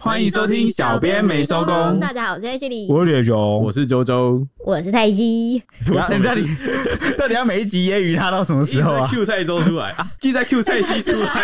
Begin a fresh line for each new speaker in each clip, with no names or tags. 欢迎收听小编没收工
大家好，我是 H 李，
我是铁熊，
我是周周，
我是蔡西。
我是到底到底要每一集揶揄他到什么
一直
时候
在
啊？
Q 菜周出来啊，一直在 Q 菜西出来，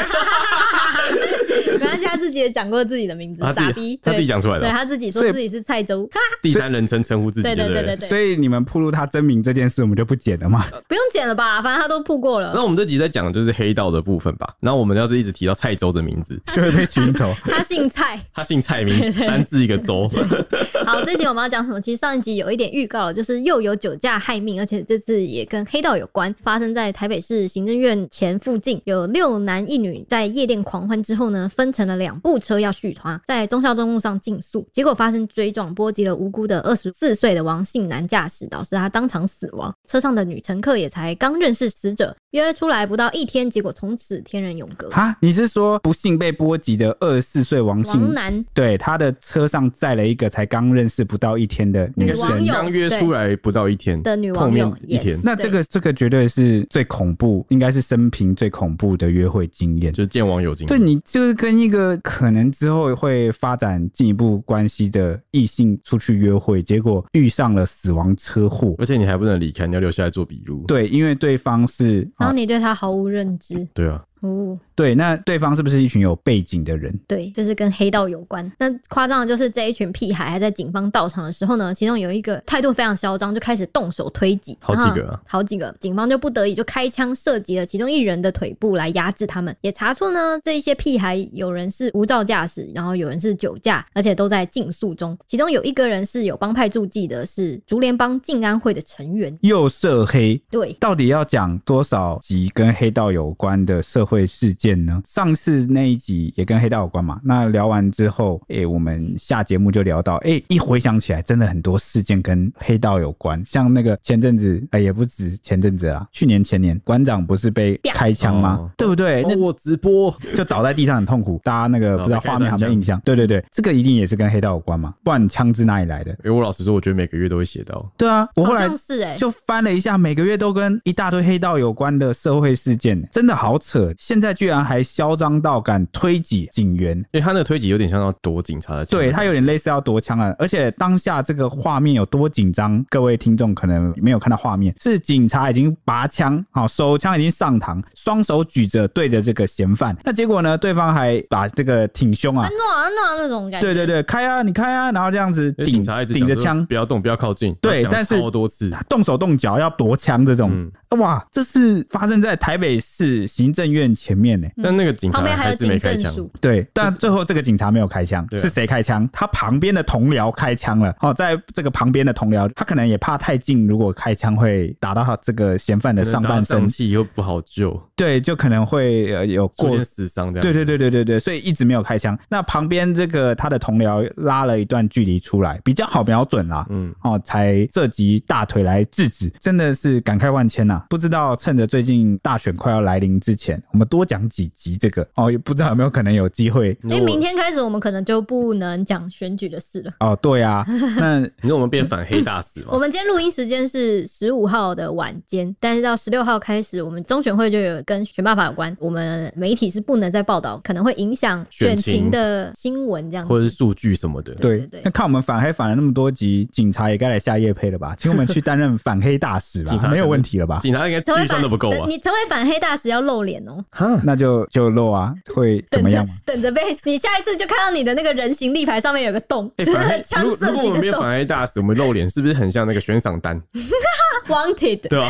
没关系，他自己也讲过自己的名字，
他
傻
自
逼
己，他自己
对
讲出来
对
的，哦
他自己说
所以
自己是蔡州，哈
第三人称称呼自己，
对
对
对
不
对 对
对？
对，
所以你们铺露他真名这件事，我们就不剪了 嘛。
不用剪了吧，反正他都曝 过了
那。我们这集在讲的就是黑道的部分吧。那我们要是一直提到蔡州的名字，
就会被寻 仇。
他姓蔡。
他姓蔡名，单字一个州。
好，这集我们要讲什么？其实上一集有一点预告了，就是又有酒驾害命，而且这次也跟黑道有关，发生在台北市行政院前附近，有六男一女在夜店狂欢之后呢，分成了两部车要续团，在忠孝东路上竞速，结果发生追撞，波及了无辜的二十四岁的王姓男驾驶，导致他当场死亡。车上的女乘客也才刚认识死者，约出来不到一天，结果从此天人永隔。
哈，你是说不幸被波及的二十四岁王
王
姓？
男
对，他的车上载了一个才刚认识不到一天的女
网
生
友。
刚约出来不到一天，
的女
碰
网
面
友
一天
yes，
那
对
这个这个绝对是最恐怖，应该是生平最恐怖的约会经验。
就是见网友经历。
对你就是跟一个可能之后会发展进一步关系的异性出去约会，结果遇上了死亡车祸。
而且你还不能离开，你要留下来做笔录。
对，因为对方是啊
然后，你对他毫无 认知
对啊，
哦。
对，那对方是不是一群有背景的人？
对，就是跟黑道有关。那夸张的就是这一群屁孩还在警方到场的时候呢，其中有一个态度非常嚣张，就开始动手推挤，
好几个
然
啊
后好几个，警方就不得已就开枪射击了其中一人的腿部来压制他们。也查出呢，这一些屁孩有人是无照驾驶，然后有人是酒驾，而且都在竞速中。其中有一个人是有帮派驻记的，是竹联帮静安会的成员。
又涉黑，
对，
到底要讲多少集跟黑道有关的社会事件呢？上次那一集也跟黑道有关嘛。那聊完之后，诶、我们下节目就聊到，诶、一回想起来，真的很多事件跟黑道有关。像那个前阵子，哎、也不止前阵子啦，去年前年，馆长不是被开枪吗？
哦
对不对？哎
哦
那
我直播，
就倒在地上很痛苦，大家那个
哦
不知道
被开
画面有没
枪
有印象？对对对，这个一定也是跟黑道有关嘛，不然枪支哪里来的？
因为我老实说，我觉得每个月都会写到。
对啊，我后
好
来
像是哎、
就翻了一下，每个月都跟一大堆黑道有关的社会事件，真的好扯。现在居然还嚣张到敢推挤警员，
因为他那个推挤有点像要躲警察的枪，
对他有点类似要夺枪了。而且当下这个画面有多紧张，各位听众可能没有看到画面，是警察已经拔枪，好手枪已经上膛，双手举着对着这个嫌犯。那结果呢，对方还把这个挺胸啊
安。诺安诺那种感觉。
对对对，开啊，你开啊，然后这样子
因为
顶
警察一直
顶着
讲说
枪，
不要动，不要靠近。
对
然后讲
但是
超多次，
啊动手动脚要夺枪这种，
嗯
啊哇，这是发生在台北市行政院前面呢。
但那个警察
嗯旁边还有
是
警
没开
政
枪，
署，
对，但最后这个警察没有开枪，
对啊
是谁开枪？他旁边的同僚开枪了。哦，在这个旁边的同僚，他可能也怕太近，如果开枪会打到他这个嫌犯的上半身
上，气又不好救，
对，就可能会呃有
出
过
现死伤这样。
对对对对对对，所以一直没有开枪。那旁边这个他的同僚拉了一段距离出来，比较好瞄准啦。
嗯
嗯，哦，才涉及大腿来制止，真的是感慨万千呐、不知道趁着最近大选快要来临之前，我们多讲几集这个哦，也不知道有没有可能有机 会。
你
因为
说我
哎明天开始我们可能就不能讲选举的事了。
哦，对啊，那
你说我们变反黑大使
我
嘛？
们今天录音时间是十五号的晚间，但是到十六号开始，我们中选会就有跟选办法有关，我们媒体是不能再报道，可能会影响选
选情
情的新闻这样
或
子。
者是数据什么的，
对
对，那看我们反黑反了那么多集，警察也该来下夜配了吧？请我们去担任反黑大使
警察
吧，没有问题了吧？
警察应
成
该
为
预算
反
都不够啊
等。你成为反黑大使要露脸 哦、
哈，
那就就漏啊，会怎
等
么
着
样 吗？
等着被你下一次就看到你的那个人形立牌上面有个洞，
哎，
就是
反黑，
枪
如
射
如果我
击
们
的
变
洞
反黑大使，我们露脸是不是很像那个悬赏单？
，wanted。哎
对吧？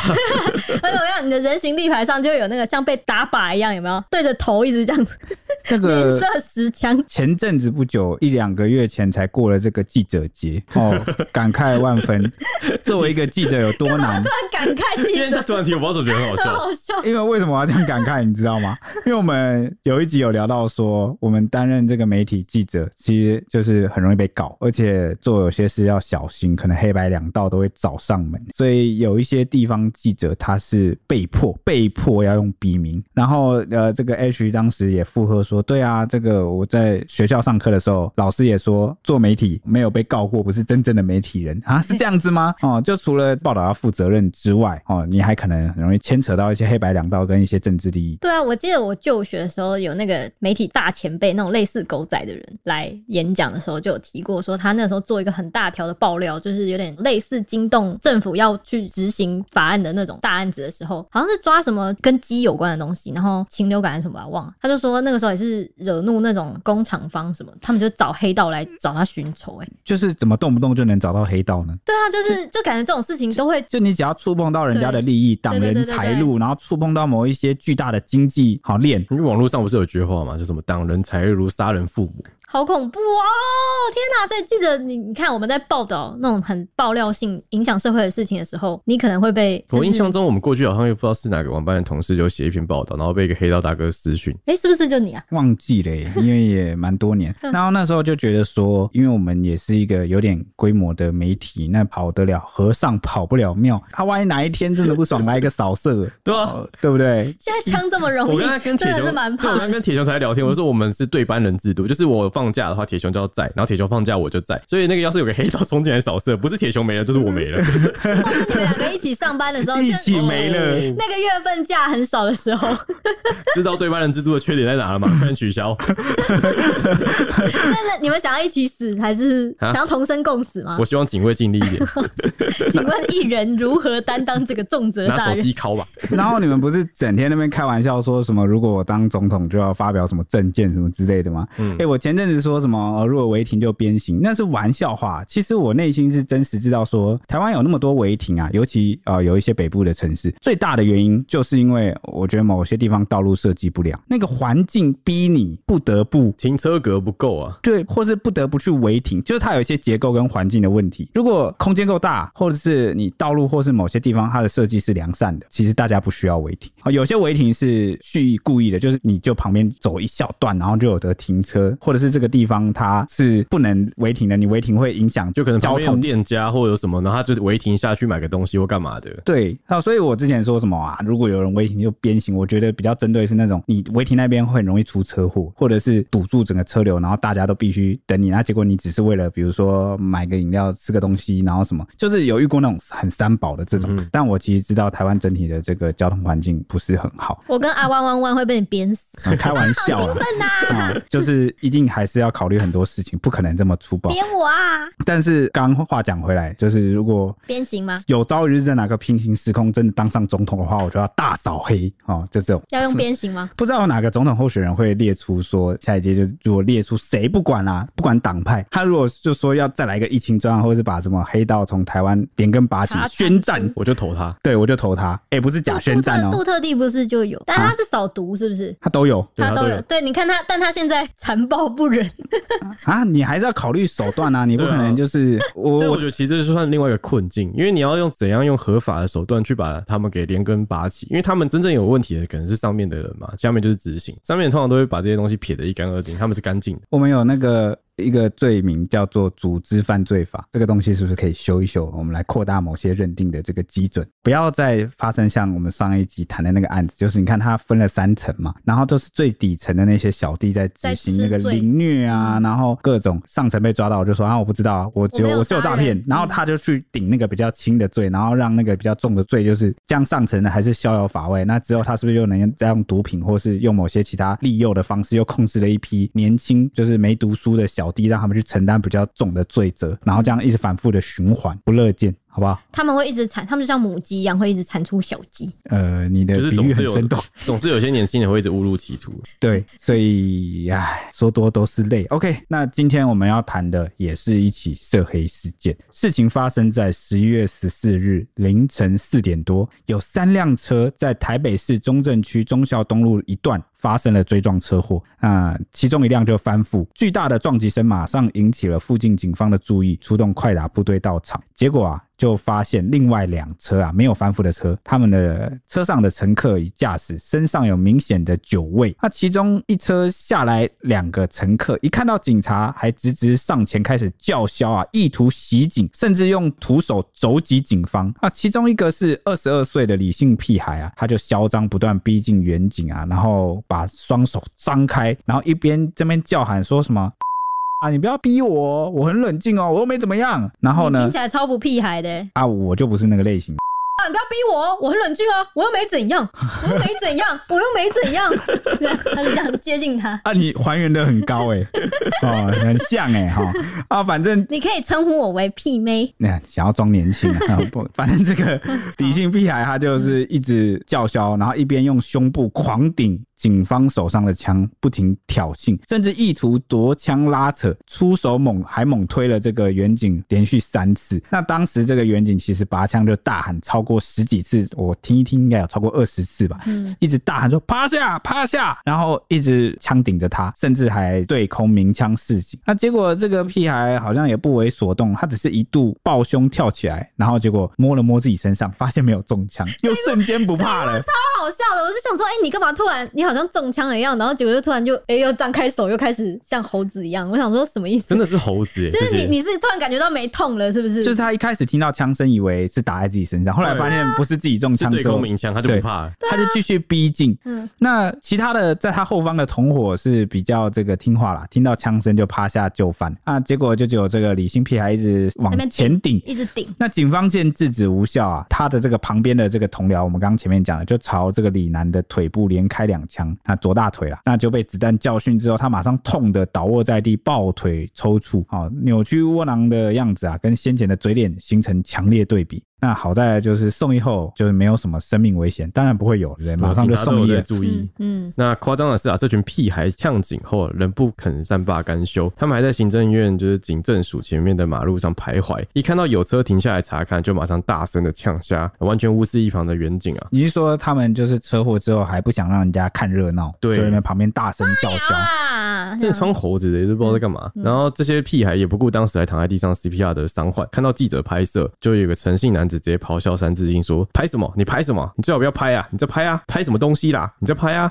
而且我看你的人形立牌上就有那个像被打靶一样，有没有对着头一直这样子
这
呃
连
个
射十枪？
前阵子不久，一两个月前才过了这个记者节，哦，感慨万分。作为一个记者有多难？
很感慨
今
记
天
者
他，突然提，我不知道怎么觉得很好
很
笑。
好笑。
因为为什么我要这样感慨，你知道吗？因为我们有一集有聊到说，我们担任这个媒体记者，其实就是很容易被搞，而且做有些事要小心，可能黑白两道都会找上门。所以有一些地方记者他是被迫被迫要用笔名，然后呃，这个 H 当时也附和说。说，对啊，这个我在学校上课的时候，老师也说做媒体没有被告过，不是真正的媒体人啊，是这样子吗？哦，就除了报道要负责任之外，哦，你还可能很容易牵扯到一些黑白两道跟一些政治利益。
对啊，我记得我就学的时候有那个媒体大前辈那种类似狗仔的人来演讲的时候，就有提过说他那时候做一个很大条的爆料，就是有点类似惊动政府要去执行法案的那种大案子的时候，好像是抓什么跟鸡有关的东西，然后禽流感还是什么啊忘了，他就说那个时候也是惹怒那种工厂方什么，他们就找黑道来找他寻仇、欸。哎，
就是怎么动不动就能找到黑道呢？
对啊，就是就感觉这种事情都会
就你只要触碰到人家的利益、党
对对
人
对对
财
对
路，然后触碰到某一些巨大的经济好链，
因为网络上不是有句话嘛，就什么“挡人财如杀人父母
好恐怖哦！天哪！所以记得你，你看我们在报道那种很爆料性、影响社会的事情的时候，你可能会被”。就
我
是
印象中，我们过去好像也不知道是哪个网班的同事就写一篇报道，然后被一个黑道大哥私讯，
哎、是不是就你啊？
忘记了 耶，因为也蛮多年。然后那时候就觉得说，因为我们也是一个有点规模的媒体，那跑得了和尚跑不了庙。他、万一哪一天真的不爽来一个扫 射，
对啊
呃对不对？
现在枪这么容易，
我刚刚跟铁
真的
熊，对
是
我
蛮
刚
怕
刚跟铁熊才聊天，我就说我们是对班人制度，就是我放假的话，铁熊就要在，然后铁熊放假我就在，所以那个要是有个黑道冲进来扫射，不是铁熊没了就是我没了，
或是你们两个啊一起上班的时 候，就哦
一起没了。
那个月份假很少的时候，
知道对班人制度的缺点在哪了吗？快点 取消！
那那你们想要一起死，还是
啊
想要同生共死吗
我？希望警卫尽力一点，
请问艺人如何担当这个重责
拿
大
手
任？
机敲吧。
然后你们不是整天那边开玩笑说什么，如果我当总统就要发表什么政见什么之类的吗？嗯，哎、我前阵子说什么，呃如果违停就鞭刑，那是玩笑话。其实我内心是真实知道说，台湾有那么多违停啊，尤其呃有一些北部的城市，最大的原因就是因为我觉得某些地方道路设计不良，那个环境逼你不得不
停车格不够啊，
对，或是不得不去违停，就是它有一些结构跟环境的问题。如果空间够大，或者是你道路或是某些地方它的设计是良善的，其实大家不需要违停。啊，有些违停是蓄意故意的，就是你就旁边走一小段，然后就有得停车，或者是这个地方它是不能违停的，你违停会影响
就可能旁
交
边有
通。
店家或者有什么，然后他就违停下去买个东西或干嘛的。
对，啊，所以我之前说什么啊，如果有人违停就鞭刑，我觉得比较针对是那种你违停那边会很容易出车祸，或者是堵住整个车流，然后大家都必须等你，那结果你只是为了比如说买个饮料、吃个东西，然后什么，就是有遇过那种很三宝的这种。但我其实知道台湾整体的这个交通环境不是很好，
我跟阿弯弯弯会被你鞭死，
啊开玩笑 啦。
笨呐、
啊、就是一定还是要考虑很多事情，不可能这么粗暴。
鞭我啊，
但是刚话讲回来，就是如果
鞭刑吗？
有朝一日在哪个平行时空真的当上总统的话，我就要大扫黑哦，就这种。
要用鞭刑吗？
不知道有哪个总统候选人会列出说下一届就如果列出谁不管啦、不管党派，他如果就说要再来一个疫情专案，或者是把什么黑道从台湾连根拔起
查
宣战，
我就投他，
对我就投他。哎、不是假宣战
杜特杜
哦，啊
特地不是就有，但他是扫毒，是不是？
他都有
对
他
他
都
都
有
有，
对，你看他，但他现在残暴不仁，
啊，你还是要考虑手段啊，你不可能就是、
但我
我
觉得其实这就算另外一个困境，因为你要用怎样用合法的手段去把他们给连根拔起，因为他们真正有问题的可能是上面的人嘛，下面就是执行，上面通常都会把这些东西撇得一干二净，他们是干净的。
我们有那个一个罪名叫做组织犯罪法，这个东西是不是可以修一修？我们来扩大某些认定的这个基准，不要再发生像我们上一集谈的那个案子，就是你看它分了三层嘛，然后都是最底层的那些小弟在执行
在
那
吃
个
罪
凌虐啊，然后各种上层被抓到，我就说啊我不知道啊，我只有
我没有
我只有
杀
诈
人
骗，然后
嗯
他就去顶那个比较轻的罪，然后让那个比较重的罪就是这样上层的还是逍遥法外，那之后他是不是又能再用毒品或是用某些其他利诱的方式，又控制了一批年轻就是没读书的小弟，让他们去承担比较重的罪责，然后这样一直反复的循环，不乐见，好不好？
他们会一直产，他们就像母鸡一样，会一直产出小鸡。
呃，你的
就是
比
总
喻
是
很
有
生动，
总是有些年轻人会一直误入歧途。
对，所以唉，说多都是泪。OK，那今天我们要谈的也是一起涉黑事件。事情发生在十一月十四日凌晨四点多，有三辆车在台北市中正区忠孝东路一段发生了追撞车祸，那其中一辆就翻覆，巨大的撞击声马上引起了附近警方的注意，出动快打部队到场。结果啊，就发现另外两车啊没有翻覆的车，他们的车上的乘客与驾驶身上有明显的酒味。那其中一车下来两个乘客，一看到警察还直直上前开始叫嚣啊，意图袭警，甚至用徒手肘击警方。啊，其中一个是二十二岁的李姓屁孩啊，他就嚣张不断逼近远景啊，然后把双手张开，然后一边这边叫喊说什么。啊！你不要逼我哦，我很冷静哦，我又没怎么样。然后
你
呢
听起？来超不屁孩的、欸。
啊，我就不是那个类型。
啊，你不要逼我哦，我很冷静啊，我又没怎样，我又没怎样，我又没怎样。 这样他就这样接近他。
啊，你还原的很高哎、哦，很像哎、哈啊，反正
你可以称呼我为屁妹，
那、想要装年轻啊，不，反正这个理性屁孩他就是一直叫嚣，然后一边用胸部狂顶警方手上的枪，不停挑衅，甚至意图夺枪拉扯，出手猛还猛推了这个远景连续三次。那当时这个远景其实拔枪就大喊超过十几次，我听一听应该有超过二十次吧，
嗯，
一直大喊说趴下趴下，然后一直枪顶着他，甚至还对空鸣枪示警。那结果这个屁孩好像也不为所动，他只是一度抱胸跳起来，然后结果摸了摸自己身上，发现没有中枪，又瞬间不怕了。
超好笑的。我就想说，哎、你干嘛突然你好像中枪了一样，然后结果就突然就哎、又张开手，又开始像猴子一样。我想说什么意思？
真的是猴子耶、欸
就
这
是
些
你你是突然感觉到没痛了，是不是？
就是他一开始听到枪声，以为是打在自己身上，后来发现不是自己中
是
枪
对
之后
空，鸣枪，他就
对
不怕了。
他就继续逼近。
嗯
那其他的在他后方的同伙是比较这个听话啦，听到枪声就趴下就范啊，结果就只有这个李新屁孩一直往
那边
前顶，
一直顶，
那警方见制止无效啊，他的这个旁边的这个同僚，我们刚刚前面讲了，就朝这个李楠的腿部连开两枪，那左大腿啦，那就被子弹教训之后，他马上痛的倒卧在地，抱腿抽搐，好、扭曲窝囊的样子啊，跟先前的嘴脸形成强烈对比。那好在就是送医后就是没有什么生命危险，当然不会有，对不对？马上就
警察都
送
有
医
在
了。
注意
嗯。嗯，
那夸张的是啊，这群屁孩呛警后仍不肯善罢甘休，他们还在行政院就是警政署前面的马路上徘徊，一看到有车停下来查看，就马上大声的呛下， 完全无视一旁的远景啊。
你是说他们就是车祸之后还不想让人家看热闹，
对
就在那旁边大声叫嚣？
啊，
这穿猴子的也是不知道在干嘛。然后这些屁孩也不顾当时还躺在地上 CPR 的伤患，看到记者拍摄，就有个诚信男子直接咆哮三字经说：“拍什么？你拍什么？你最好不要拍啊！你在拍啊！ 拍什么东西啦？你在拍啊！”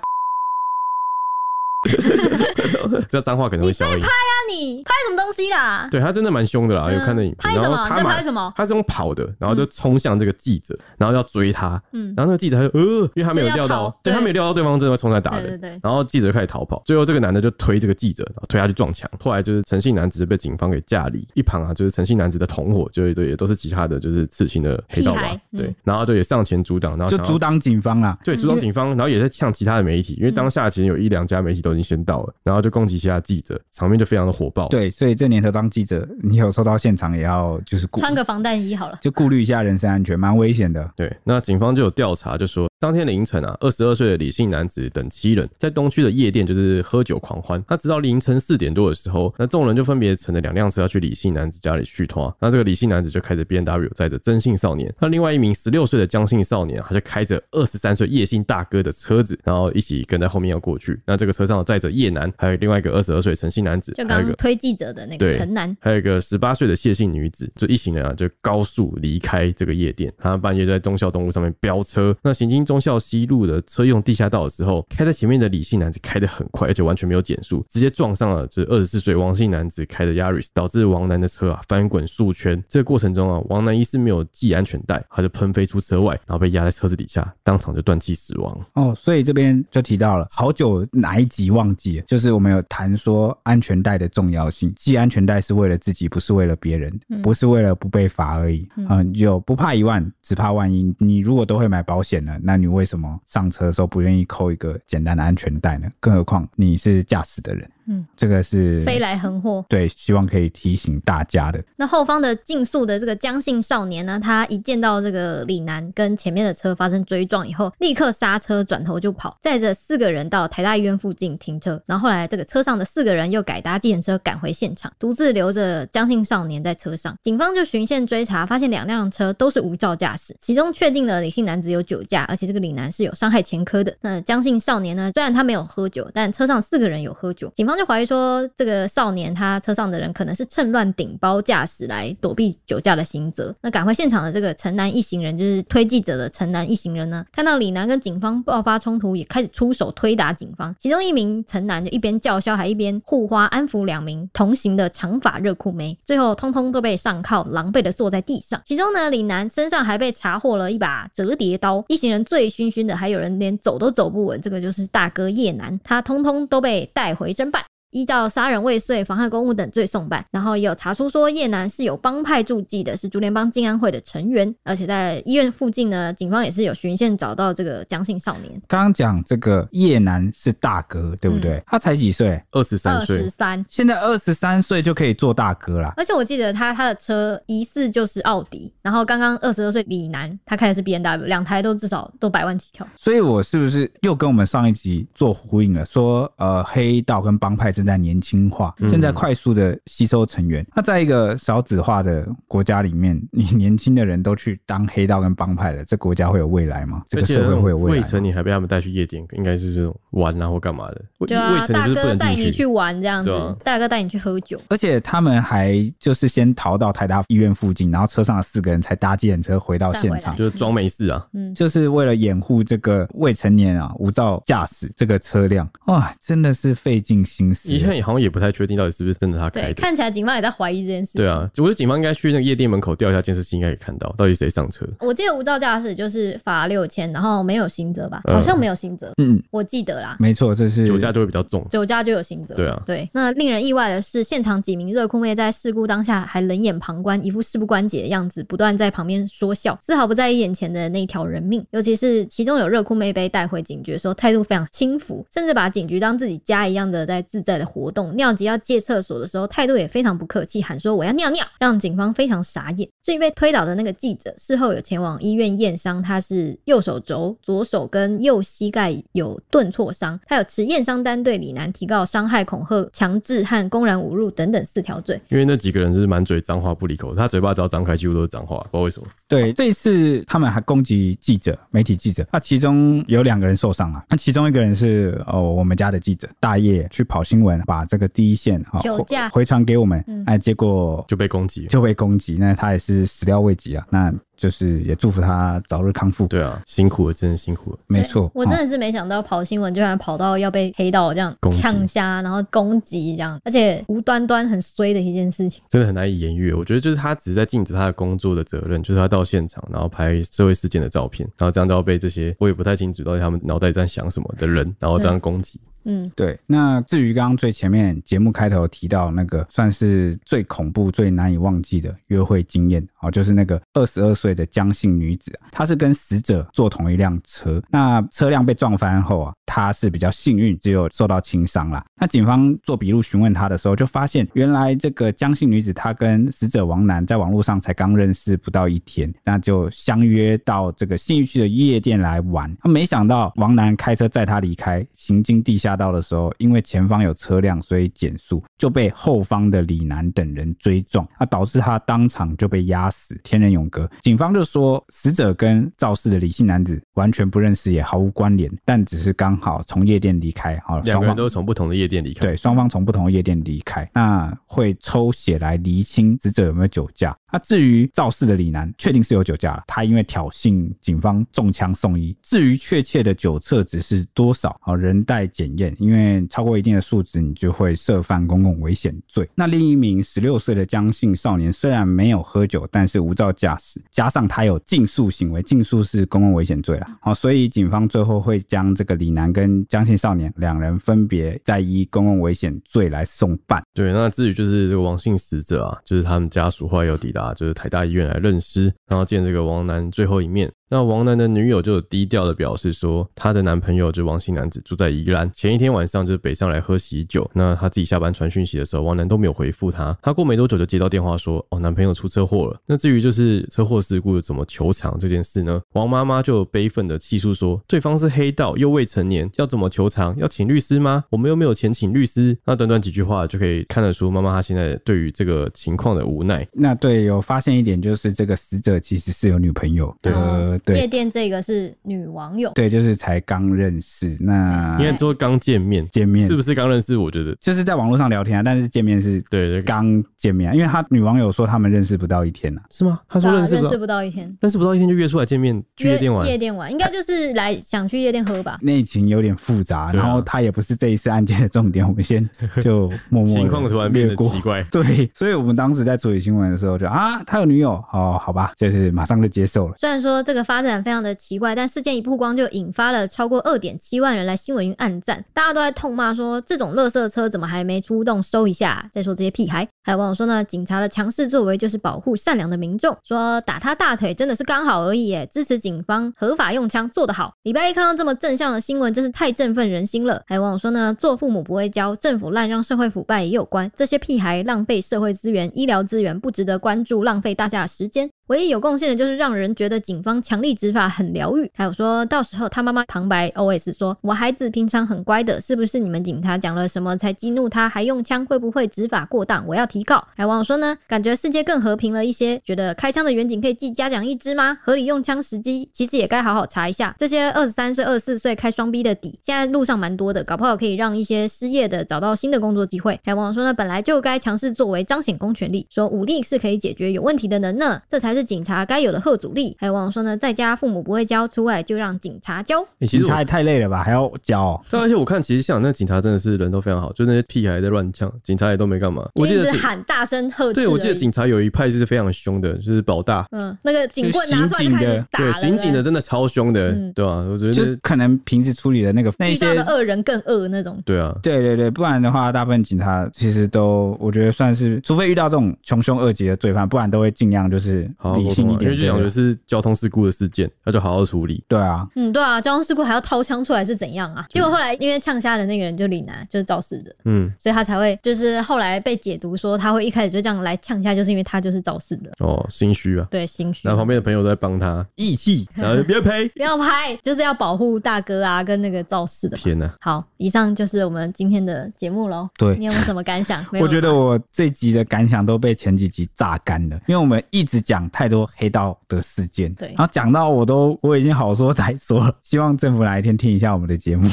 这脏话可能会消音。
那你拍什么东西 啦？
对他真的蛮凶的啦，
嗯
啊有看那影
拍
片。
什
然
么
后他
你在
马
拍什么
他是用跑的，然后就冲向这个记者，然后要追他。
嗯，
然后那个记者他就呃，因为他没有
就要
料到
逃，
对
对
他没有料到对方真的会冲上来打
对对
人
对，
然后记者就开始逃跑，最后这个男的就推这个记者，然后推他去撞墙。后来就是诚信男子被警方给架离，一旁啊就是诚信男子的同伙，就对也都是其他的就是刺青的黑道
屁
吧
孩，嗯
对，然后就也上前阻挡，然后
就
想要
阻挡警方啦。
对，主张警方，然后也在呛其他的媒体，因为当下其实有一两家媒体都已经先到了，然后就攻击其他记者，场面就非常的火爆。
对，所以这年头当记者，你有收到现场也要就是顾
穿个防弹衣好了。
就顾虑一下人身安全，蛮危险的。
对，那警方就有调查，就说当天凌晨啊，二十二岁的李姓男子等七人在东区的夜店就是喝酒狂欢。那直到凌晨四点多的时候，那众人就分别乘着两辆车要去李姓男子家里续团。那这个李姓男子就开着 B N W 载着曾姓少年，那另外一名十六岁的江姓少年、啊，他就开着二十三岁叶姓大哥的车子，然后一起跟在后面要过去。那这个车上载着叶男，还有另外一个二十二岁陈姓男子，
就
还
刚
有一
刚
个
推记者的那个
对
陈楠，
还有一个十八岁的谢姓女子，就一行人啊，就高速离开这个夜店。他们半夜在忠孝东路上面飙车，那行经忠孝西路的车用地下道的时候，开在前面的李姓男子开得很快，而且完全没有减速，直接撞上了就是二十四岁王姓男子开的 Yaris，导致王男的车啊翻滚数圈。这个过程中啊，王男一是没有系安全带，他就喷飞出车外，然后被压在车子底下，当场就断气死亡。
哦，所以这边就提到了，好久哪一集忘记了，就是我们有谈说安全带的重要性，系安全带是为了自己，不是为了别人，
嗯
不是为了不被罚而已。嗯、有不怕一万，只怕万一。你如果都会买保险了，那你为什么上车的时候不愿意扣一个简单的安全带呢？更何况你是驾驶的人，
嗯，
这个是
飞来横祸。
对，希望可以提醒大家的。
那后方的竞速的这个江姓少年呢，他一见到这个李楠跟前面的车发生追撞以后，立刻刹车，转头就跑，载着四个人到台大医院附近停车。然后后来这个车上的四个人又改搭计程车赶回现场，独自留着江姓少年在车上。警方就循线追查，发现两辆车都是无照驾驶，其中确定了李姓男子有酒驾，而且这个李楠是有伤害前科的。那江姓少年呢，虽然他没有喝酒，但车上四个人有喝酒。警方。方就怀疑说，这个少年他车上的人可能是趁乱顶包驾驶来躲避酒驾的刑责。那赶回现场的这个陈南一行人，就是推记者的陈南一行人呢，看到李楠跟警方爆发冲突，也开始出手推打警方。其中一名陈南就一边叫嚣，还一边护花安抚两名同行的长发热裤妹，最后通通都被上铐，狼狈的坐在地上。其中呢，李楠身上还被查获了一把折叠刀，一行人醉醺醺的，还有人连走都走不稳，这个就是大哥叶楠，他通通都被带回侦办。依照杀人未遂、妨害公务等罪送办，然后也有查出说叶楠是有帮派助记的，是竹联帮静安会的成员，而且在医院附近呢，警方也是有循线找到这个江姓少年，
刚刚讲这个叶楠是大哥，对不对？
嗯
他才几岁？
二十
二
三岁
十，三。
现在二十三岁就可以做大哥啦。
而且我记得他他的车疑似就是奥迪，然后刚刚二十二岁李楠他开的是 B N W，两台都至少都百万起跳。
所以我是不是又跟我们上一集做呼应了？说呃，黑道跟帮派正在年轻化，
嗯
正在快速的吸收成员。那在一个少子化的国家里面，你年轻的人都去当黑道跟帮派了，这国家会有未来吗？这
而
个
且
社会会有未
未
来吗
成？年还被他们带去夜店，应该是这种玩啊或干嘛的。未
对啊，
未成
大
年就是不
哥
能
带你
进
去。玩这样子，
对啊
大哥带你去喝酒，
而且他们还就是先逃到台大医院附近，然后车上的四个人才搭计程车回到现
再回
场
来。
就是装没事啊，
嗯，
就是为了掩护这个未成年啊无照驾驶这个车辆，哇，真的是费尽心思。
以前也好像也不太确定到底是不是真的他
对，
开的。
看起来警方也在怀疑这件事情。
对啊，我觉得警方应该去那个夜店门口调一下监视器，应该可以看到到底谁上车。
我记得无照驾驶就是罚六千，然后没有刑责吧？
嗯
好像没有刑责，
嗯，
我记得啦。
没错，这是
酒驾就会比较重。
酒驾就有刑责，
对啊
对。那令人意外的是，现场几名热裤妹在事故当下还冷眼旁观，一副事不关己的样子，不断在旁边说笑，丝毫不在意眼前的那一条人命。尤其是其中有热裤妹被带回警局的时候，态度非常轻浮，甚至把警局当自己家一样的在自在的活动。尿急要借厕所的时候，态度也非常不客气，喊说我要尿尿，让警方非常傻眼。至于被推倒的那个记者，事后有前往医院验伤，他是右手肘、左手跟右膝盖有钝挫伤，他有持验伤单对李楠提告伤害、恐吓、强制和公然侮辱等等四条罪。
因为那几个人就是满嘴脏话不离口，他嘴巴只要张开，几乎都是脏话，不知道为什么。
对这一次他们还攻击记者、媒体记者，那其中有两个人受伤啊，那其中一个人是哦我们家的记者大业去跑新闻，把这个第一线啊、
酒驾
回回传给我们
嗯，
哎、结果
就被攻击。
就被攻击，那他也是始料未及啊，那就是也祝福他早日康复。
对啊，辛苦了，真的辛苦了。
没错，哦
我真的是没想到跑新闻居然跑到要被黑道这样
嗯攻击
呛瞎，然后攻击这样，而且无端端很衰的一件事情。
真的很难以言喻。我觉得就是他只是在尽职他的工作的责任，就是他到现场，然后拍社会事件的照片，然后这样都要被这些我也不太清楚到底他们脑袋在想什么的人，然后这样攻击。
嗯，
对，那至于刚刚最前面节目开头提到那个，算是最恐怖、最难以忘记的约会经验哦，就是那个二十二岁的江姓女子啊，她是跟死者坐同一辆车，那车辆被撞翻后啊，她是比较幸运，只有受到轻伤啦。那警方做笔录询问她的时候，就发现原来这个江姓女子她跟死者王楠在网络上才刚认识不到一天，那就相约到这个信义区的夜店来玩。他没想到王楠开车载她离开，行经地下道的时候，因为前方有车辆，所以减速，就被后方的李楠等人追撞，那导致他当场就被压死，天人永隔。警方就说，死者跟肇事的李姓男子完全不认识，也毫无关联，但只是刚好从夜店离开，好，
两个
双方
人都是从不同的夜店离开。
对，双方从不同的夜店离开，那会抽血来厘清死者有没有酒驾。那至于肇事的李楠，确定是有酒驾了，他因为挑衅警方中枪送医。至于确切的酒测值是多少，啊，人待检验，因为超过一定的数值，你就会涉犯公共危险罪。那另一名十六岁的江姓少年虽然没有喝酒，但是无照驾驶，加上他有竞速行为，竞速是公共危险罪啦。哦好，所以警方最后会将这个李楠跟江姓少年两人分别再依公共危险罪来送办。
对，那至于就是这个王姓死者啊，就是他们家属后来有抵达就是台大医院来认尸，然后见这个王楠最后一面。那王楠的女友就有低调的表示说，她的男朋友就王姓男子住在宜兰，前一天晚上就是北上来喝喜酒，那她自己下班传讯息的时候，王楠都没有回复她。她过没多久就接到电话说，哦，男朋友出车祸了。那至于就是车祸事故怎么求偿这件事呢，王妈妈就悲愤的气诉说，对方是黑道又未成年，要怎么求偿？要请律师吗？我们又没有钱请律师。那短短几句话就可以看得出妈妈她现在对于这个情况的无奈。
那对，有发现一点就是这个死者其实是有女朋友
对
的
夜
对
店这个是女网友，
对，就是才刚认识，那
应该说刚见面，
见面
是不是刚认识？我觉得
就是在网络上聊天啊，但是见面是
对对，
刚见面啊、因为他女网友说他们认识不到一天啊，
是吗？他
对
说
啊
认识不
认识
到，
不到一天，
认识不到一天就约出来见面，去夜店玩
约。夜店玩应该就是来想去夜店喝吧。
内情有点复杂，
对啊
然后他也不是这一次案件的重点，我们 先就默默地
情况突然变得
略过，
奇怪
对，所以我们当时在处理新闻的时候就啊，他有女友，哦，好吧，就是马上就接受了。
虽然说这个发展非常的奇怪，但事件一曝光就引发了超过二点七万人来新闻云暗赞，大家都在痛骂说这种垃圾车怎么还没出动收一下？再说这些屁孩，还有网友说呢，警察的强势作为就是保护善良的民众，说打他大腿真的是刚好而已耶，支持警方合法用枪做得好。礼拜一看到这么正向的新闻，真是太振奋人心了。还有网友说呢，做父母不会教，政府滥让社会腐败也有关，这些屁孩浪费社会资源、医疗资源，不值得关注，浪费大家的时间。唯一有贡献的就是让人觉得警方强力执法很疗愈。还有说到时候他妈妈旁白 OS 说：“我孩子平常很乖的，是不是你们警察讲了什么才激怒他，还用枪？会不会执法过当？我要提告。”还有网友说呢，感觉世界更和平了一些，觉得开枪的远警可以记嘉奖一支吗？合理用枪时机其实也该好好查一下。这些二十三岁、二十四岁开双逼的底，现在路上蛮多的，搞不好可以让一些失业的找到新的工作机会。还有网友说呢，本来就该强势作为，彰显公权力，说武力是可以解决有问题的人呢，这才是警察该有的贺阻力。还有网友说呢，在家父母不会教，出外就让警察教。
欸其
警
实
察
我
也太累了吧，还要哦教
对，啊而且我看其实像那警察真的是人都非常好，就那些屁孩在乱呛，警察也都没干嘛。我记
就一
得
直
警
喊大声呵斥而已。
对，我记得警察有一派是非常凶的，就是保大，
嗯，那个警棍拿出来就开始打
对，
了。
刑警的
对
真的超凶的，
嗯
对啊，我觉
就
得
可能平时处理的那个那
不
一
对遇
些
到的恶人更恶那种。
对啊，
对对对，不然的话，大部分警察其实都，我觉得算是，除非遇到这种穷凶恶极的罪犯，不然都会尽量就是
好好
理性一
沟通啊因为
点
就讲
这
的
个。
是交通事故的事件，那就好好处理。
对啊，
嗯，对啊，交通事故还要掏枪出来是怎样啊？结果后来因为呛虾的那个人就李楠，就是肇事者，
嗯，
所以他才会就是后来被解读说他会一开始就这样来呛虾，就是因为他就是肇事的，
哦，心虚啊。
对，心虚
然。后旁边的朋友都在帮他 义气，然后就别赔。
不要拍，就是要保护大哥啊，跟那个肇事的嘛。
天哪，
好，以上就是我们今天的节目喽。
对
你有没有什么感想？没有
我觉
吗
得我这集的感想都被前几集榨干了，因为我们一直讲太多黑道的事件，
对
然后讲到我都我已经好说歹说了，希望政府哪一天听一下我们的节目。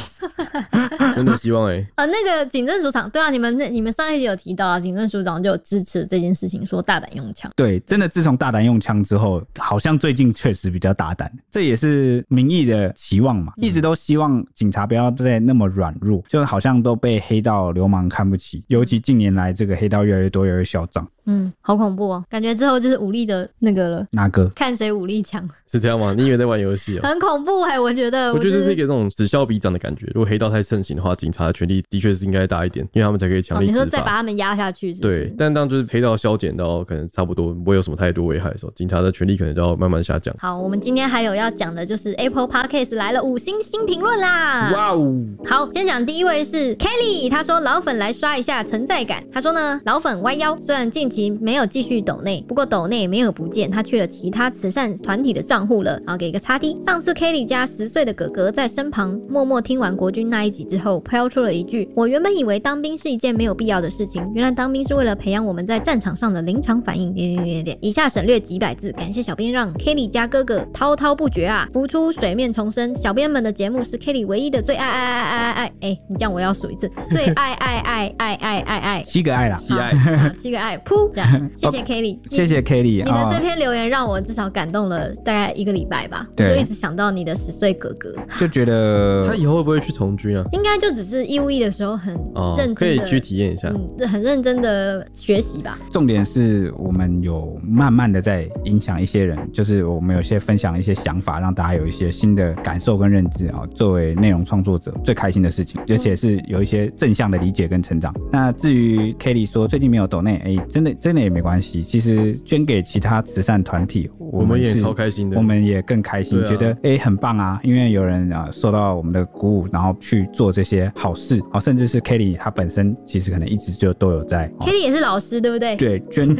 真的希望哎、
呃，那个警政署长，对啊，你们那你们上一集有提到啊，警政署长就有支持这件事情，说大胆用枪。
对，真的自从大胆用枪之后，好像最近确实比较大胆，这也是民意的期望
嗯
嘛，一直都希望警察不要再那么软弱，就好像都被黑道流氓看不起，尤其近年来这个黑道越来越多，越来越嚣张。
嗯，好恐怖哦，感觉之后就是武力的那个了，
那个
看谁武力强，
是这样吗？你以为在玩游 戏哦？
很恐怖哎、我觉得，
我觉得这
就是
一个这种此消彼长的感觉。如果黑道太盛行的话，警察的权力的确是应该大一点，因为他们才可以强
哦，
力
你
执
说
法。
再把他们压下去，是不
对
是，？
但当就是黑道消减到可能差不多不会有什么太多危害的时候，警察的权力可能就要慢慢下降。
好，我们今天还有要讲的就是 Apple Podcast 来了五星新评论啦！
哇哦！
好，先讲第一位是 Kelly，他说老粉来刷一下存在感。他说呢，老粉弯腰，虽然近期没有继续抖内，不过抖内也没有不见，他去了其他慈善团体的账户了。然后给一个擦 D。上次 Kelly 家十岁的哥哥在身旁默默听完国军那一集之后，飘出了一句：“我原本以为当兵是一件没有必要的事情，原来当兵是为了培养我们在战场上的临场反应。”点点点点点。以下省略几百字，感谢小编让 Kelly 家哥哥滔滔不绝啊，浮出水面重生。小编们的节目是 Kelly 唯一的最爱爱爱爱爱爱。哎，你这样我要数一次，最爱爱爱爱爱爱爱。
七个爱啦，
七爱
好，好七个爱，噗，这样谢谢 Kelly，
谢谢 Kelly
你的这
啊、
篇留言让我至少感动了大概一个礼拜吧，我
对
就一直想到你的十岁哥哥，
就觉得
他以后会不会去从军啊？
应该就只是义务役的时候很
哦
认真的，，
可以去体验一
啊
下。
嗯，很认真的学习吧。
重点是我们有慢慢的在影响一些人，就是我们有些分享一些想法，让大家有一些新的感受跟认知啊、作为内容创作者最开心的事情，而且是有一些正向的理解跟成长。那至于 Kelly 说最近没有抖内，哎、真的真的也没关系，其实捐给其他慈善团体，我
我们也
是
超开心的
我们也更开心，
对啊
觉得哎、诶很棒啊，因为有人啊、呃受到我们的鼓舞，然后去做这些好事，好、甚至是 Kelly 她本身其实可能一直就都有在。哦
Kelly 也是老师，对不对？
对，捐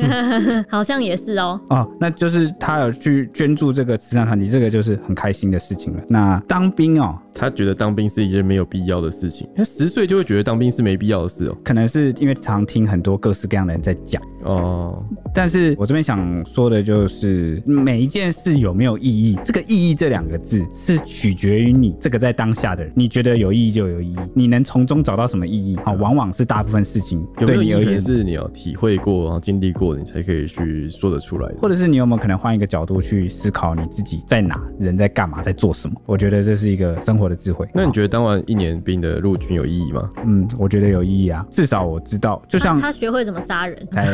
好像也是哦。
哦，那就是他有去捐助这个慈善团体，这个就是很开心的事情了。那当兵哦，
他觉得当兵是一件没有必要的事情，他十岁就会觉得当兵是没必要的事哦。
可能是因为常听很多各式各样的人在讲，
哦，
但是我这边想说的就是，每一件事有没有意义，这个意义这两个字是取决于你这个在当下的人，你觉得有意义就有意义，你能从中找到什么意义，好，往往是大部分事情
有
对
没有
你而
一
言
言。是你有体会过，然后经历过，你才可以去说得出来的？
或者是你有没有可能换一个角度去思考你自己在哪，人在干嘛，在做什么？我觉得这是一个生活的智慧。
那你觉得当完一年兵的陆军有意义 吗？
嗯，我觉得有意义啊，至少我知道，就像
嗯
他啊他学会怎么杀人，
哎，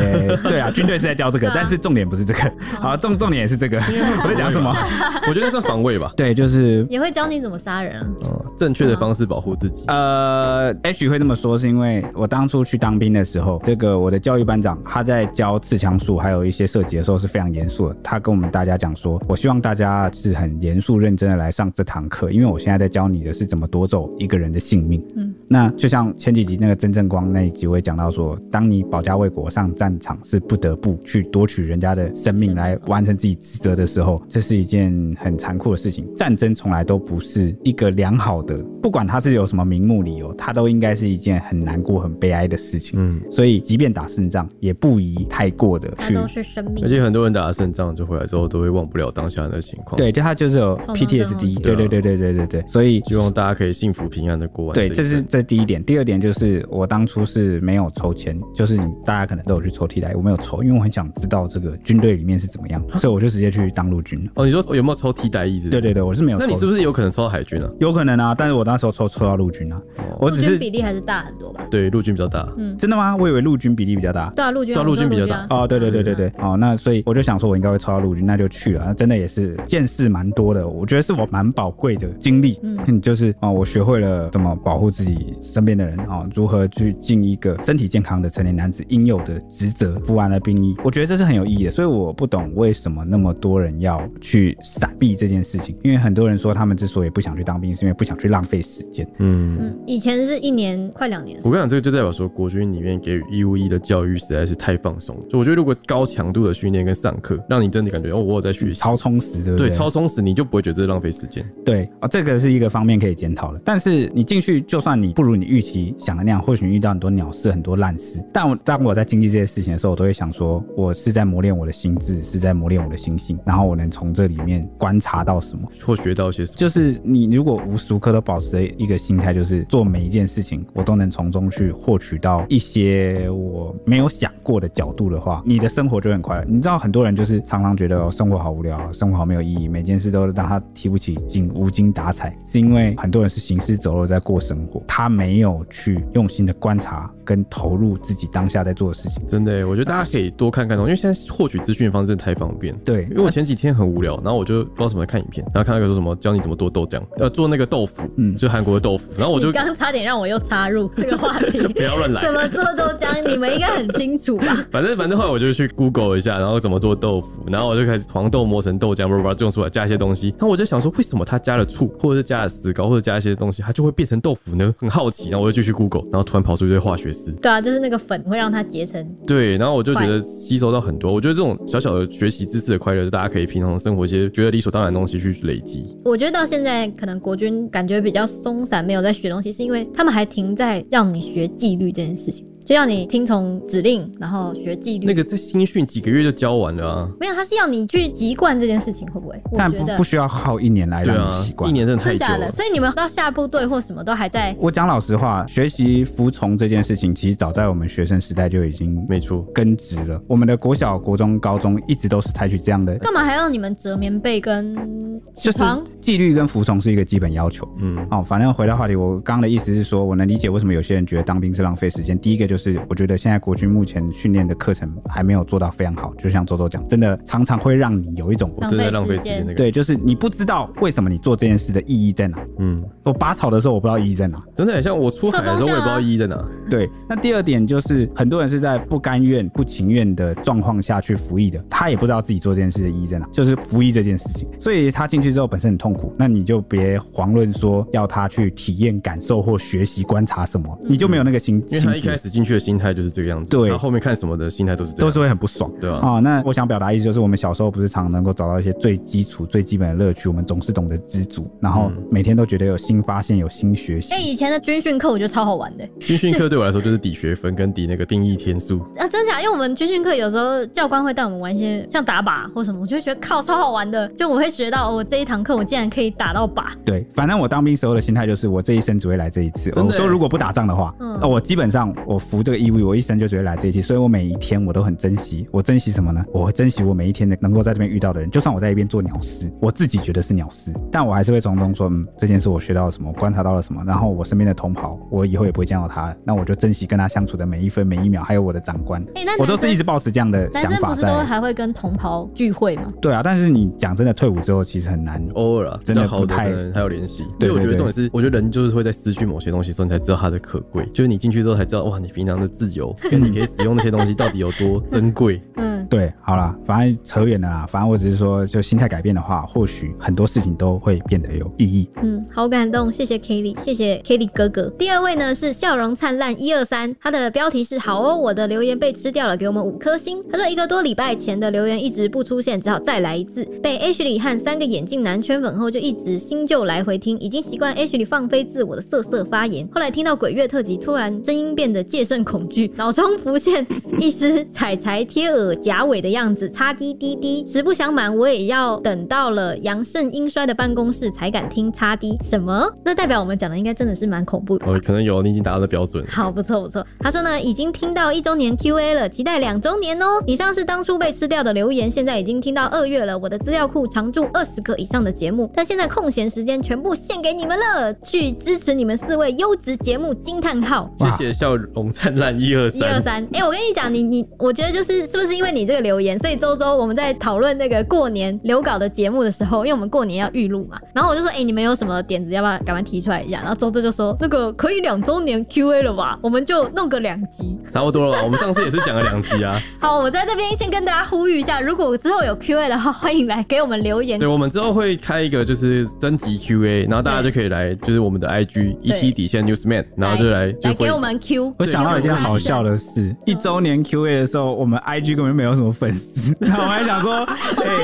对啊，军队是在教这个，
对啊
但是重点不是这个，好，重重点也是这个， 我在讲什么？
我觉得算防卫吧，
对，就是
也会教你怎么杀人啊。
嗯，正确的方式保护自己。
呃，H 会这么说是因为我当初去当兵的时候，这个我的教育班长他在教刺枪术还有一些射击的时候是非常严肃的。他跟我们大家讲说，我希望大家是很严肃认真的来上这堂课，因为我现在在教你的是怎么夺走一个人的性命。
嗯，
那就像前几集那个曾正光那一集，我也讲到说，当你保家卫国上战场是不得不去夺取人家的生命来完成自己职责的时候，这是一件很残酷的事情。战争从来都不是一个良好的，不管它是有什么名目理由，它都应该是一件很难过、很悲哀的事情。
嗯，
所以，即便打胜仗，也不宜太过的
那
去。
都是生命
而。且很多人打了胜仗就回来之后都会忘不了当下的情况。，
对，就他就是有
创伤症候
PTSD，
群
对
对
对对
啊
对对对对，所以
希望大家可以幸福平安的过完。
对，这是这第一点。第二点就是我当初是没有抽签，就是你大家可能都有去抽替代，我没有抽，因为我很想知道这个军队里面是怎么样，
啊
所以我就直接去当陆军了。
哦，你说有没有抽替代役？
对对，对，我是没有抽
那
的。
你是不是有可能抽到海军啊？
有可能啊？但是我那时候抽抽到陆军啊，我
哦
陆
只
军
是
比例还是大很多吧？
对，陆军比较大。
真的吗？我以为陆军比例比较大。
对啊，陆军
对啊
我说
陆军比较
啊
哦，对对对对对，哦，那所以我就想说，我应该会抽到陆军，那就去了。那真的也是见识蛮多的，我觉得是我蛮宝贵的经历。嗯，就是哦，我学会了怎么保护自己身边的人，哦，如何去尽一个身体健康的成年男子应有的职责，服完了兵役，我觉得这是很有意义的。所以我不懂为什么那么多人要去闪避这件事情，因为很多人说他们之所以不想去当兵，是因为不想去浪费时间。
嗯，
嗯，以前是一年快两年，
我跟你讲，这个就代表说国军里面给予义务役的教育实在是太放松了。所以我觉得如果高强度的训练跟上课，让你真的感觉哦，我有在学习，
超充实，对不
对
对？
超充实，你就不会觉得这是浪费时间。
对啊、这个是一个方面可以检讨的。但是你进去，就算你不如你预期想的那样，或许你遇到很多鸟事、很多烂事。但我当我在经历这些事情的时候，我都会想说，我是在磨练我的心智，是在磨练我的心性，然后我能从这里面观察到什么。
或学到一些什么。
就是你如果无时无刻都保持着一个心态，就是做每一件事情，我都能从中去获取到一些我没有想过的角度的话，你的生活就会很快乐。你知道很多人就是常常觉得哦生活好无聊，生活好没有意义，每件事都让他提不起劲，无精打采，是因为很多人是行尸走肉在过生活，他没有去用心的观察跟投入自己当下在做的事情。
真的耶，我觉得大家可以多看看哦，因为现在获取资讯的方式真的太方便。
对
因为我前几天很无聊，然后我就不知道什么看影片，然后看到一个说什么教你怎么做豆浆，呃，做那个豆腐，
嗯
嗯，就韩国的豆腐，然后我
你
就
刚差点让我又插入这个话题，
不要乱 来
怎。么做都讲，你们应该很清楚吧？
反正反正后来我就去 Google 一下，然后怎么做豆腐，然后我就开始黄豆磨成豆浆，叭叭叭种出来，加一些东西。然后我就想说，为什么它加了醋，或者是加了石膏，或者加一些东西，它就会变成豆腐呢？很好奇，然后我就继续 Google，然后突然跑出一堆化学式，
对啊，就是那个粉会让它结成，
对，然后我就觉得吸收到很多。我觉得这种小小的学习知识的快乐，是大家可以平常生活一些觉得理所当然的东西去累积。
我觉得到现在可能国军感觉比较松散，没有在学东西，是因为他们还停在让你学纪律这件事情，就让你听从指令，然后学纪律。
那个在新训几个月就教完了啊，
没有，他是要你去籍贯这件事情，会不会？我
但
觉
不
得
不需要耗一年来
对
让
啊
你习，惯
一。年真的太
真
久
假
了
的，。所以你们到下部队或什么都还在
我讲老实话，学习服从这件事情，其实早在我们学生时代就已经
没错，
根植了。我们的国小、国中、高中一直都是采取这样的，
干嘛还要你们折棉被跟起
就是
床？
纪律跟服从是一个基本要求。
嗯，
哦，反正回到话题，我刚刚的意思是说，我能理解为什么有些人觉得当兵是浪费时间。第一个就是，我觉得现在国军目前训练的课程还没有做到非常好，就像周周讲，真的常常会让你有一种
我真的
浪
浪
费
费
时
时
间
间那个，
对，就是你不知道为什么你做这件事的意义在哪。
嗯，
我拔草的时候，我不知道意义在哪。
真的很像我出海的时候，我也
啊
不知道意义在哪。
对，那第二点就是很多人是在不甘愿、不情愿的状况下去服役的，他也不知道自己做这件事的意义在哪，就是服役这件事情。所以他进去之后本身很痛苦，那你就别遑论说要他去体验、感受或学习、观察什么，你就没有那个心
嗯因为
心
他一开
思。
始进去的心态就是这个样子，
对
然后后面看什么的心态都是这样，
都是会很不爽。
对啊，
啊、那我想表达意思就是，我们小时候不是常能够找到一些最基础、最基本的乐趣，我们总是懂得知足，然后
嗯
每天都觉得有新发现、有新学习。
哎、以前的军训课我觉得超好玩的、
军训课对我来说就是抵学分跟抵那个兵役天数，
啊，真假？因为我们军训课有时候教官会带我们玩一些像打靶或什么，我就会觉得靠超好玩的，就我会学到我这一堂课我竟然可以打到靶，
对，反正我当兵时候的心态就是，我这一生只会来这一次。
真的
我说如果不打仗的话，
嗯
呃我基本上我服这个义务，我一生就只会来这一次，所以我每一天我都很珍惜。我珍惜什么呢？我会珍惜我每一天的能够在这边遇到的人，就算我在一边做鸟事，我自己觉得是鸟事，但我还是会从中说，嗯，这件事我学到了什么，我观察到了什么，然后我身边的同袍，我以后也不会见到他，那我就珍惜跟他相处的每一分每一秒，还有我的长官，
哎那男
我都是
生
一直保持这样的
男
想
生
法
不是都
在。
还会跟同袍聚会吗？
对啊，但是你讲真的，退伍之后其实很难。
偶尔啊，
真的
比较好
不
的
太
可能还有联系。
对
因为我觉
对
得
对
重点是，我觉得人就是会在失去某些东西的时候，你才知道它的可贵。就是你进去之后才知道，哇，你平常的自由跟你可以使用那些东西到底有多珍贵。
嗯，
对，好啦，反正扯远了啦。反正我只是说，就心态改变的话，或许很多事情都会变得有意义。
嗯，好感动，谢谢 Kelly，谢谢 Kelly 哥哥。第二位呢是笑容灿烂一二三，他的标题是好哦，我的留言被吃掉了，给我们五颗星。他说一个多礼拜前的留言一直不出现，只好再来一次。被 Ashley 和三个眼镜男圈粉后，就一直新旧来回听，已经习惯 Ashley 放飞自我的色色发言。后来听到鬼月特辑，突然声音变得戒慎恐惧，脑中浮现一只彩柴贴耳夹尾的样子，擦滴滴滴。实不相瞒，我也要等到了阳盛阴衰的办公室才敢听擦滴。什么？那代表我们讲的应该真的是蛮恐怖的。
哦，可能有你已经达到的标准了。
好，不错不错。他说呢，已经听到一周年 Q&A 了，期待两周年哦。以上是当初被吃掉的留言，现在已经听到二月了。我的资料库常驻二十个以上的节目，但现在空闲时间全部献给你们了，去支持你们四位优质节目！惊叹号！
谢谢笑容灿烂一二
一二
三，
三，哎，我跟你讲，你你，我觉得就是是不是因为你这个留言，所以周周我们在讨论那个过年留稿的节目的时候，因为我们过年要预录嘛，然后我就说，哎、你们有什么点子，要不要赶快提出来一下？然后周周就说，那个可以两周年 Q&A 了吧，我们就弄个两集。
差不多了吧？我们上次也是讲了两集啊。
好，我在这边先跟大家呼吁一下，如果之后有 Q&A 的话，欢迎来给我们留言
对，。我们之后会开一个就是征集 Q&A，然后大家就可以来，就是我们的 IG 一七底线 Newsman，然后就来就
来
会
给我们 Q，
我想到一件好笑
的，
的事，一周年 Q&A 的时候，我们 IG 根本没有什么粉 丝，然后我还想说，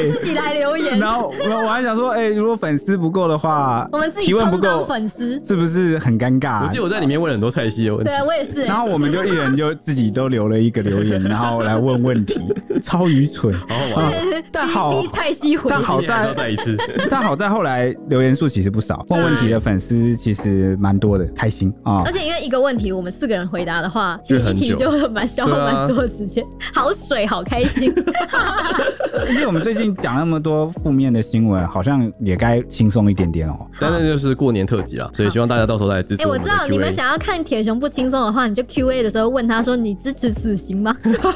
自己
哎、
来留言，
然后我我还想说，哎、如果粉丝不够的话，
我们自己
提问不
充当
够，
粉丝。
是不是很尴尬？
我记得我在里面问了很多菜系的问题
啊对，，啊我也是、
然后我们就一人就自己都留了一个留 言，然后来问问题，超愚蠢。啊
好好玩哦。
但好
逼蔡西回，
但好
今天还是要
在
再一 次，
但好在后来留言数其实不少，问问题的粉丝其实蛮多的，开心啊！
而且因为一个问题，我们四个人回答的话，其
就
实一
很
题
久
就会蛮消耗
对啊
蛮多的时间，好水，好开 心。
而且我们最近讲那么多负面的新闻，好像也该轻松一点点哦。
但那就是过年特辑啦，所以希望大家到时候再来支
哎、
持
我
们
知
的
道
Q&A。
你们想要看铁熊不轻松的话，你就 Q A 的时候问他说：“你支持死刑吗？”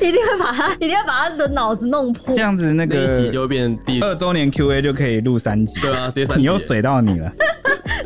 一定会把他，一定会把他的脑子弄破
这。样子那
那一集就
个
会变第
呃
二周年 Q&A 就可以录三集，
对啊，直接三集
你又水到你了。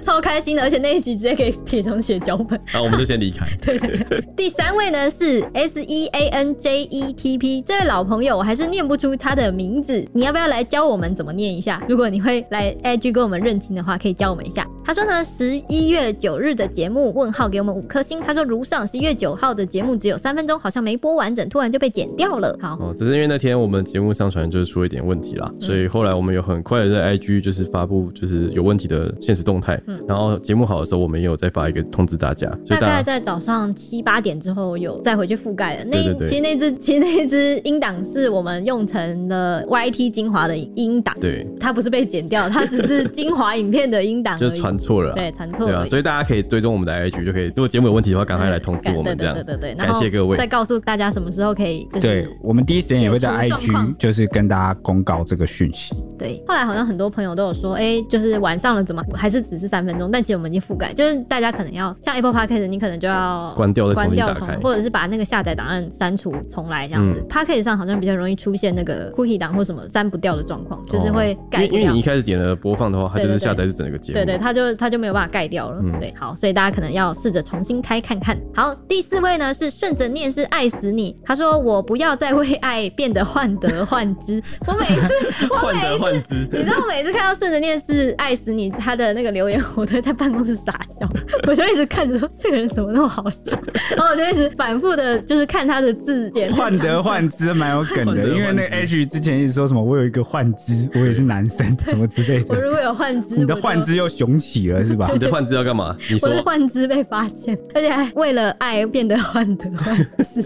超开心的，而且那一集直接给铁熊写脚本。
然后我们就先离 开。
对对对，第三位呢是 S E A N J E T P 这位老朋友，我还是念不出他的名字，你要不要来教我们怎么念一下？如果你会来 IG 跟我们认亲的话，可以教我们一下。他说呢，十一月九日的节目问号给我们五颗星。他说如上十一月九号的节目只有三分钟，好像没播完整，突然就被剪掉了。好，
哦，只是因为那天我们节目上传就是出了一点问题
嗯
啦，所以后来我们有很快的在 IG 就是发布就是有问题的现实动态，然后节目好的时候我们也有再发一个通知大家，所
嗯大
以
概
大家
在早上七八点之后有再回去覆盖了。那一
对对对
其实那只其实那只音档是我们用成了 YT 精华的音档。
对，
它不是被剪掉，它只是精华影片的音档而已，
就是传错了啦，
对传错
对
了
啊，
而已。
所以大家可以追踪我们的 IG 就可以，如果节目有问题的话，赶快来通知我们这
对
样
对。对对对，
感谢
然后
各位
再告诉大家什么时候可以，就是
对，我们第一时间也会在
解除状况
IG 就是跟大家公告这个讯息。
对。后来好像很多朋友都有说，哎，就是晚上了怎么还是只是三分钟？但其实我们已经覆盖，就是大家可能要像 Apple Podcast，你可能就要
关掉再重
关
新
掉
打
重
开，嗯
或者是把那个下载档案删除重来这样子。Podcast 上好像比较容易出现那个 cookie 档或什么删不掉的状况，就是会
因
盖
为
不
哦因为
掉
你一。开始点了播放的话，它就
对对
是
对
下载是整个节目，
对对，它就就它就没有办法盖掉了。
嗯
对，好，所以大家可能要试着重新开看看。好，第四位呢是顺着念是爱死你，他说我不要再为爱变得患得患之。我每次我
患
每
得
一次
患之，
你知道我每次看到顺着念是爱死你他的那个留言，我都会在办公室傻笑， 我就一直看着说这个人怎么那么好笑，然后我就一直反复的，就是看他的字典，
患得患之蛮有梗
患得
的，
患之
因为那个 H 之前一直说什么我有一个患之，我也是男 生什么之类
我
的，
如果有患 肢，
你的
我就
患之又雄起了是吧
你？的患之要干嘛？你
我
说
的幻肢被发现，而且还为了爱变得患 得患肢，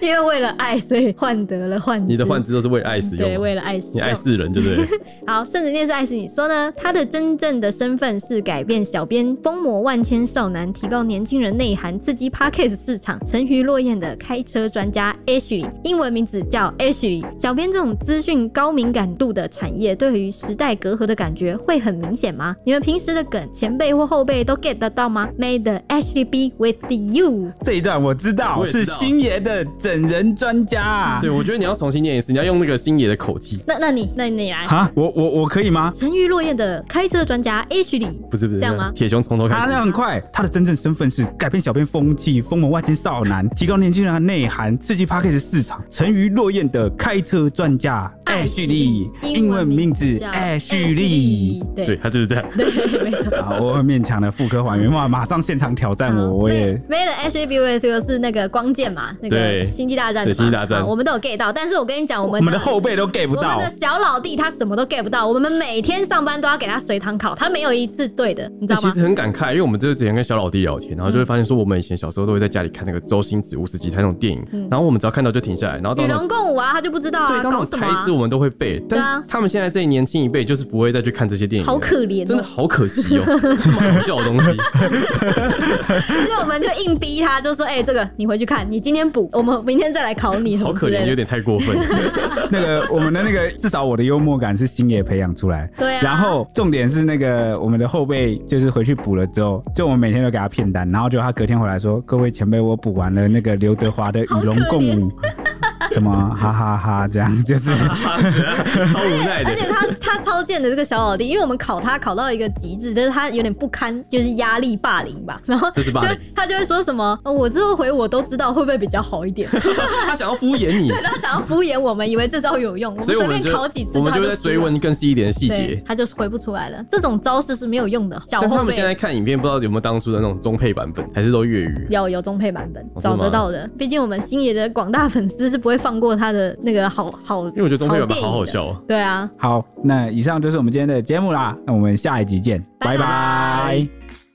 因为为了爱，所以患得了患肢。
你的患之都是为了爱使用
对，
吗，
为了爱使
你
用
爱死人，对不对？
好，顺子念是爱死你说呢？他的真正的身份是改变小编疯魔万千少男，提高年轻人内涵，刺激 Parkes 市场。沉鱼落雁的开车专家 Ashley，英文名字叫 Ashley。小编这种资讯高敏感度的产业，对于时代隔阂的感觉会很明显吗？你们平时的梗，前辈或后辈都 get 得到吗？May the Ashley be with you。
这一段我知道
我也知
是
道
星爷的整人专家啊
对，我觉得你要重新念一次，你要用那个星爷的口气，
那那你那你来，
哈，我我我可以吗？
沉鱼落雁的开车专家 Ashley。
不是不是
这样吗
铁熊从头开
他
始
那。很快，他的真正身份是改变小编风气，疯魔万千少男，提高年轻人的内涵，刺激 p a c k a g e 市场。沉鱼落雁的开车专家艾旭莉，英文名字
叫
艾旭莉。。
对，他就是这样。
对，没错。
啊，我很勉强的复刻还原，哇，马上现场挑战我，
好
我也
May- May the H A B with you 是那个光剑嘛，那个
对
星际大战的嘛
对星际大战
好我们都有 get 到，但是我跟你讲，我
我
们
们的后。辈都 get 不
我们
到
的。小老弟他什么都 get 不到，我们每天上班都要给他随堂考，他没有一次对的，你知道
其
吗？嗯
实很感慨，因为我们这之前跟小老弟聊天，然后就会发现说，我们以前小时候都会在家里看那个周星驰、五十集他那种电影，
嗯
然后我们只要看到就停下来，然后到
与
那
龙共舞啊，他就不知道
对
啊，
到那
搞
种
什么
台
啊
词，我们都会背，
对
但
啊
是他们现在这一年轻一辈就是不会再去看这些电影了，
好可怜哦
真的好 可惜哦，这么好笑的东西，
所以我们就硬逼他，就说：“哎，这个你回去看，你今天补，我们明天再来考你什
好
么之
可怜，
类
有
的。
点太过分。
那个我们的那个，至少我的幽默感是星爷培养出来。
对啊
然后重点是那个我们的后辈，就是回去补了之后，就我们每天都给他片单，然后就他隔天回来说：“各位前辈，我补完了那个刘德华的《与龙共舞》，什么哈哈哈这样就是。
怕死 了，超无奈”的
而。且他他超贱的这个小老弟，因为我们考他考到一个极致，就是他有点不堪，就是压力霸凌吧。然后
这是霸凌
就他就会说什么、呃我之后回我都知道会不会比较好一 点？
他想要敷衍你，
他想要敷衍我们，以为这招有用，我们
所以我
随
们
便
就
考几次
我们
他
就
就
会在
输
追
了
问更细一点的细
对
节，。
他就是回不出来了。这种招式是没有用的。小
但是他
后
们
辈
现在看影片，不知道有没有当初的那种中配版本，还是都粤语。
有有中配版本，
哦真的
找
吗
得到的。毕竟我们星爷的广大粉丝是不会放过他的那个好好，因
因为我觉得中配版本好好
好电影的。
笑哦。
对啊，
好，那以上就是我们今天的节目啦，那我们下一集见，
拜
拜
拜
拜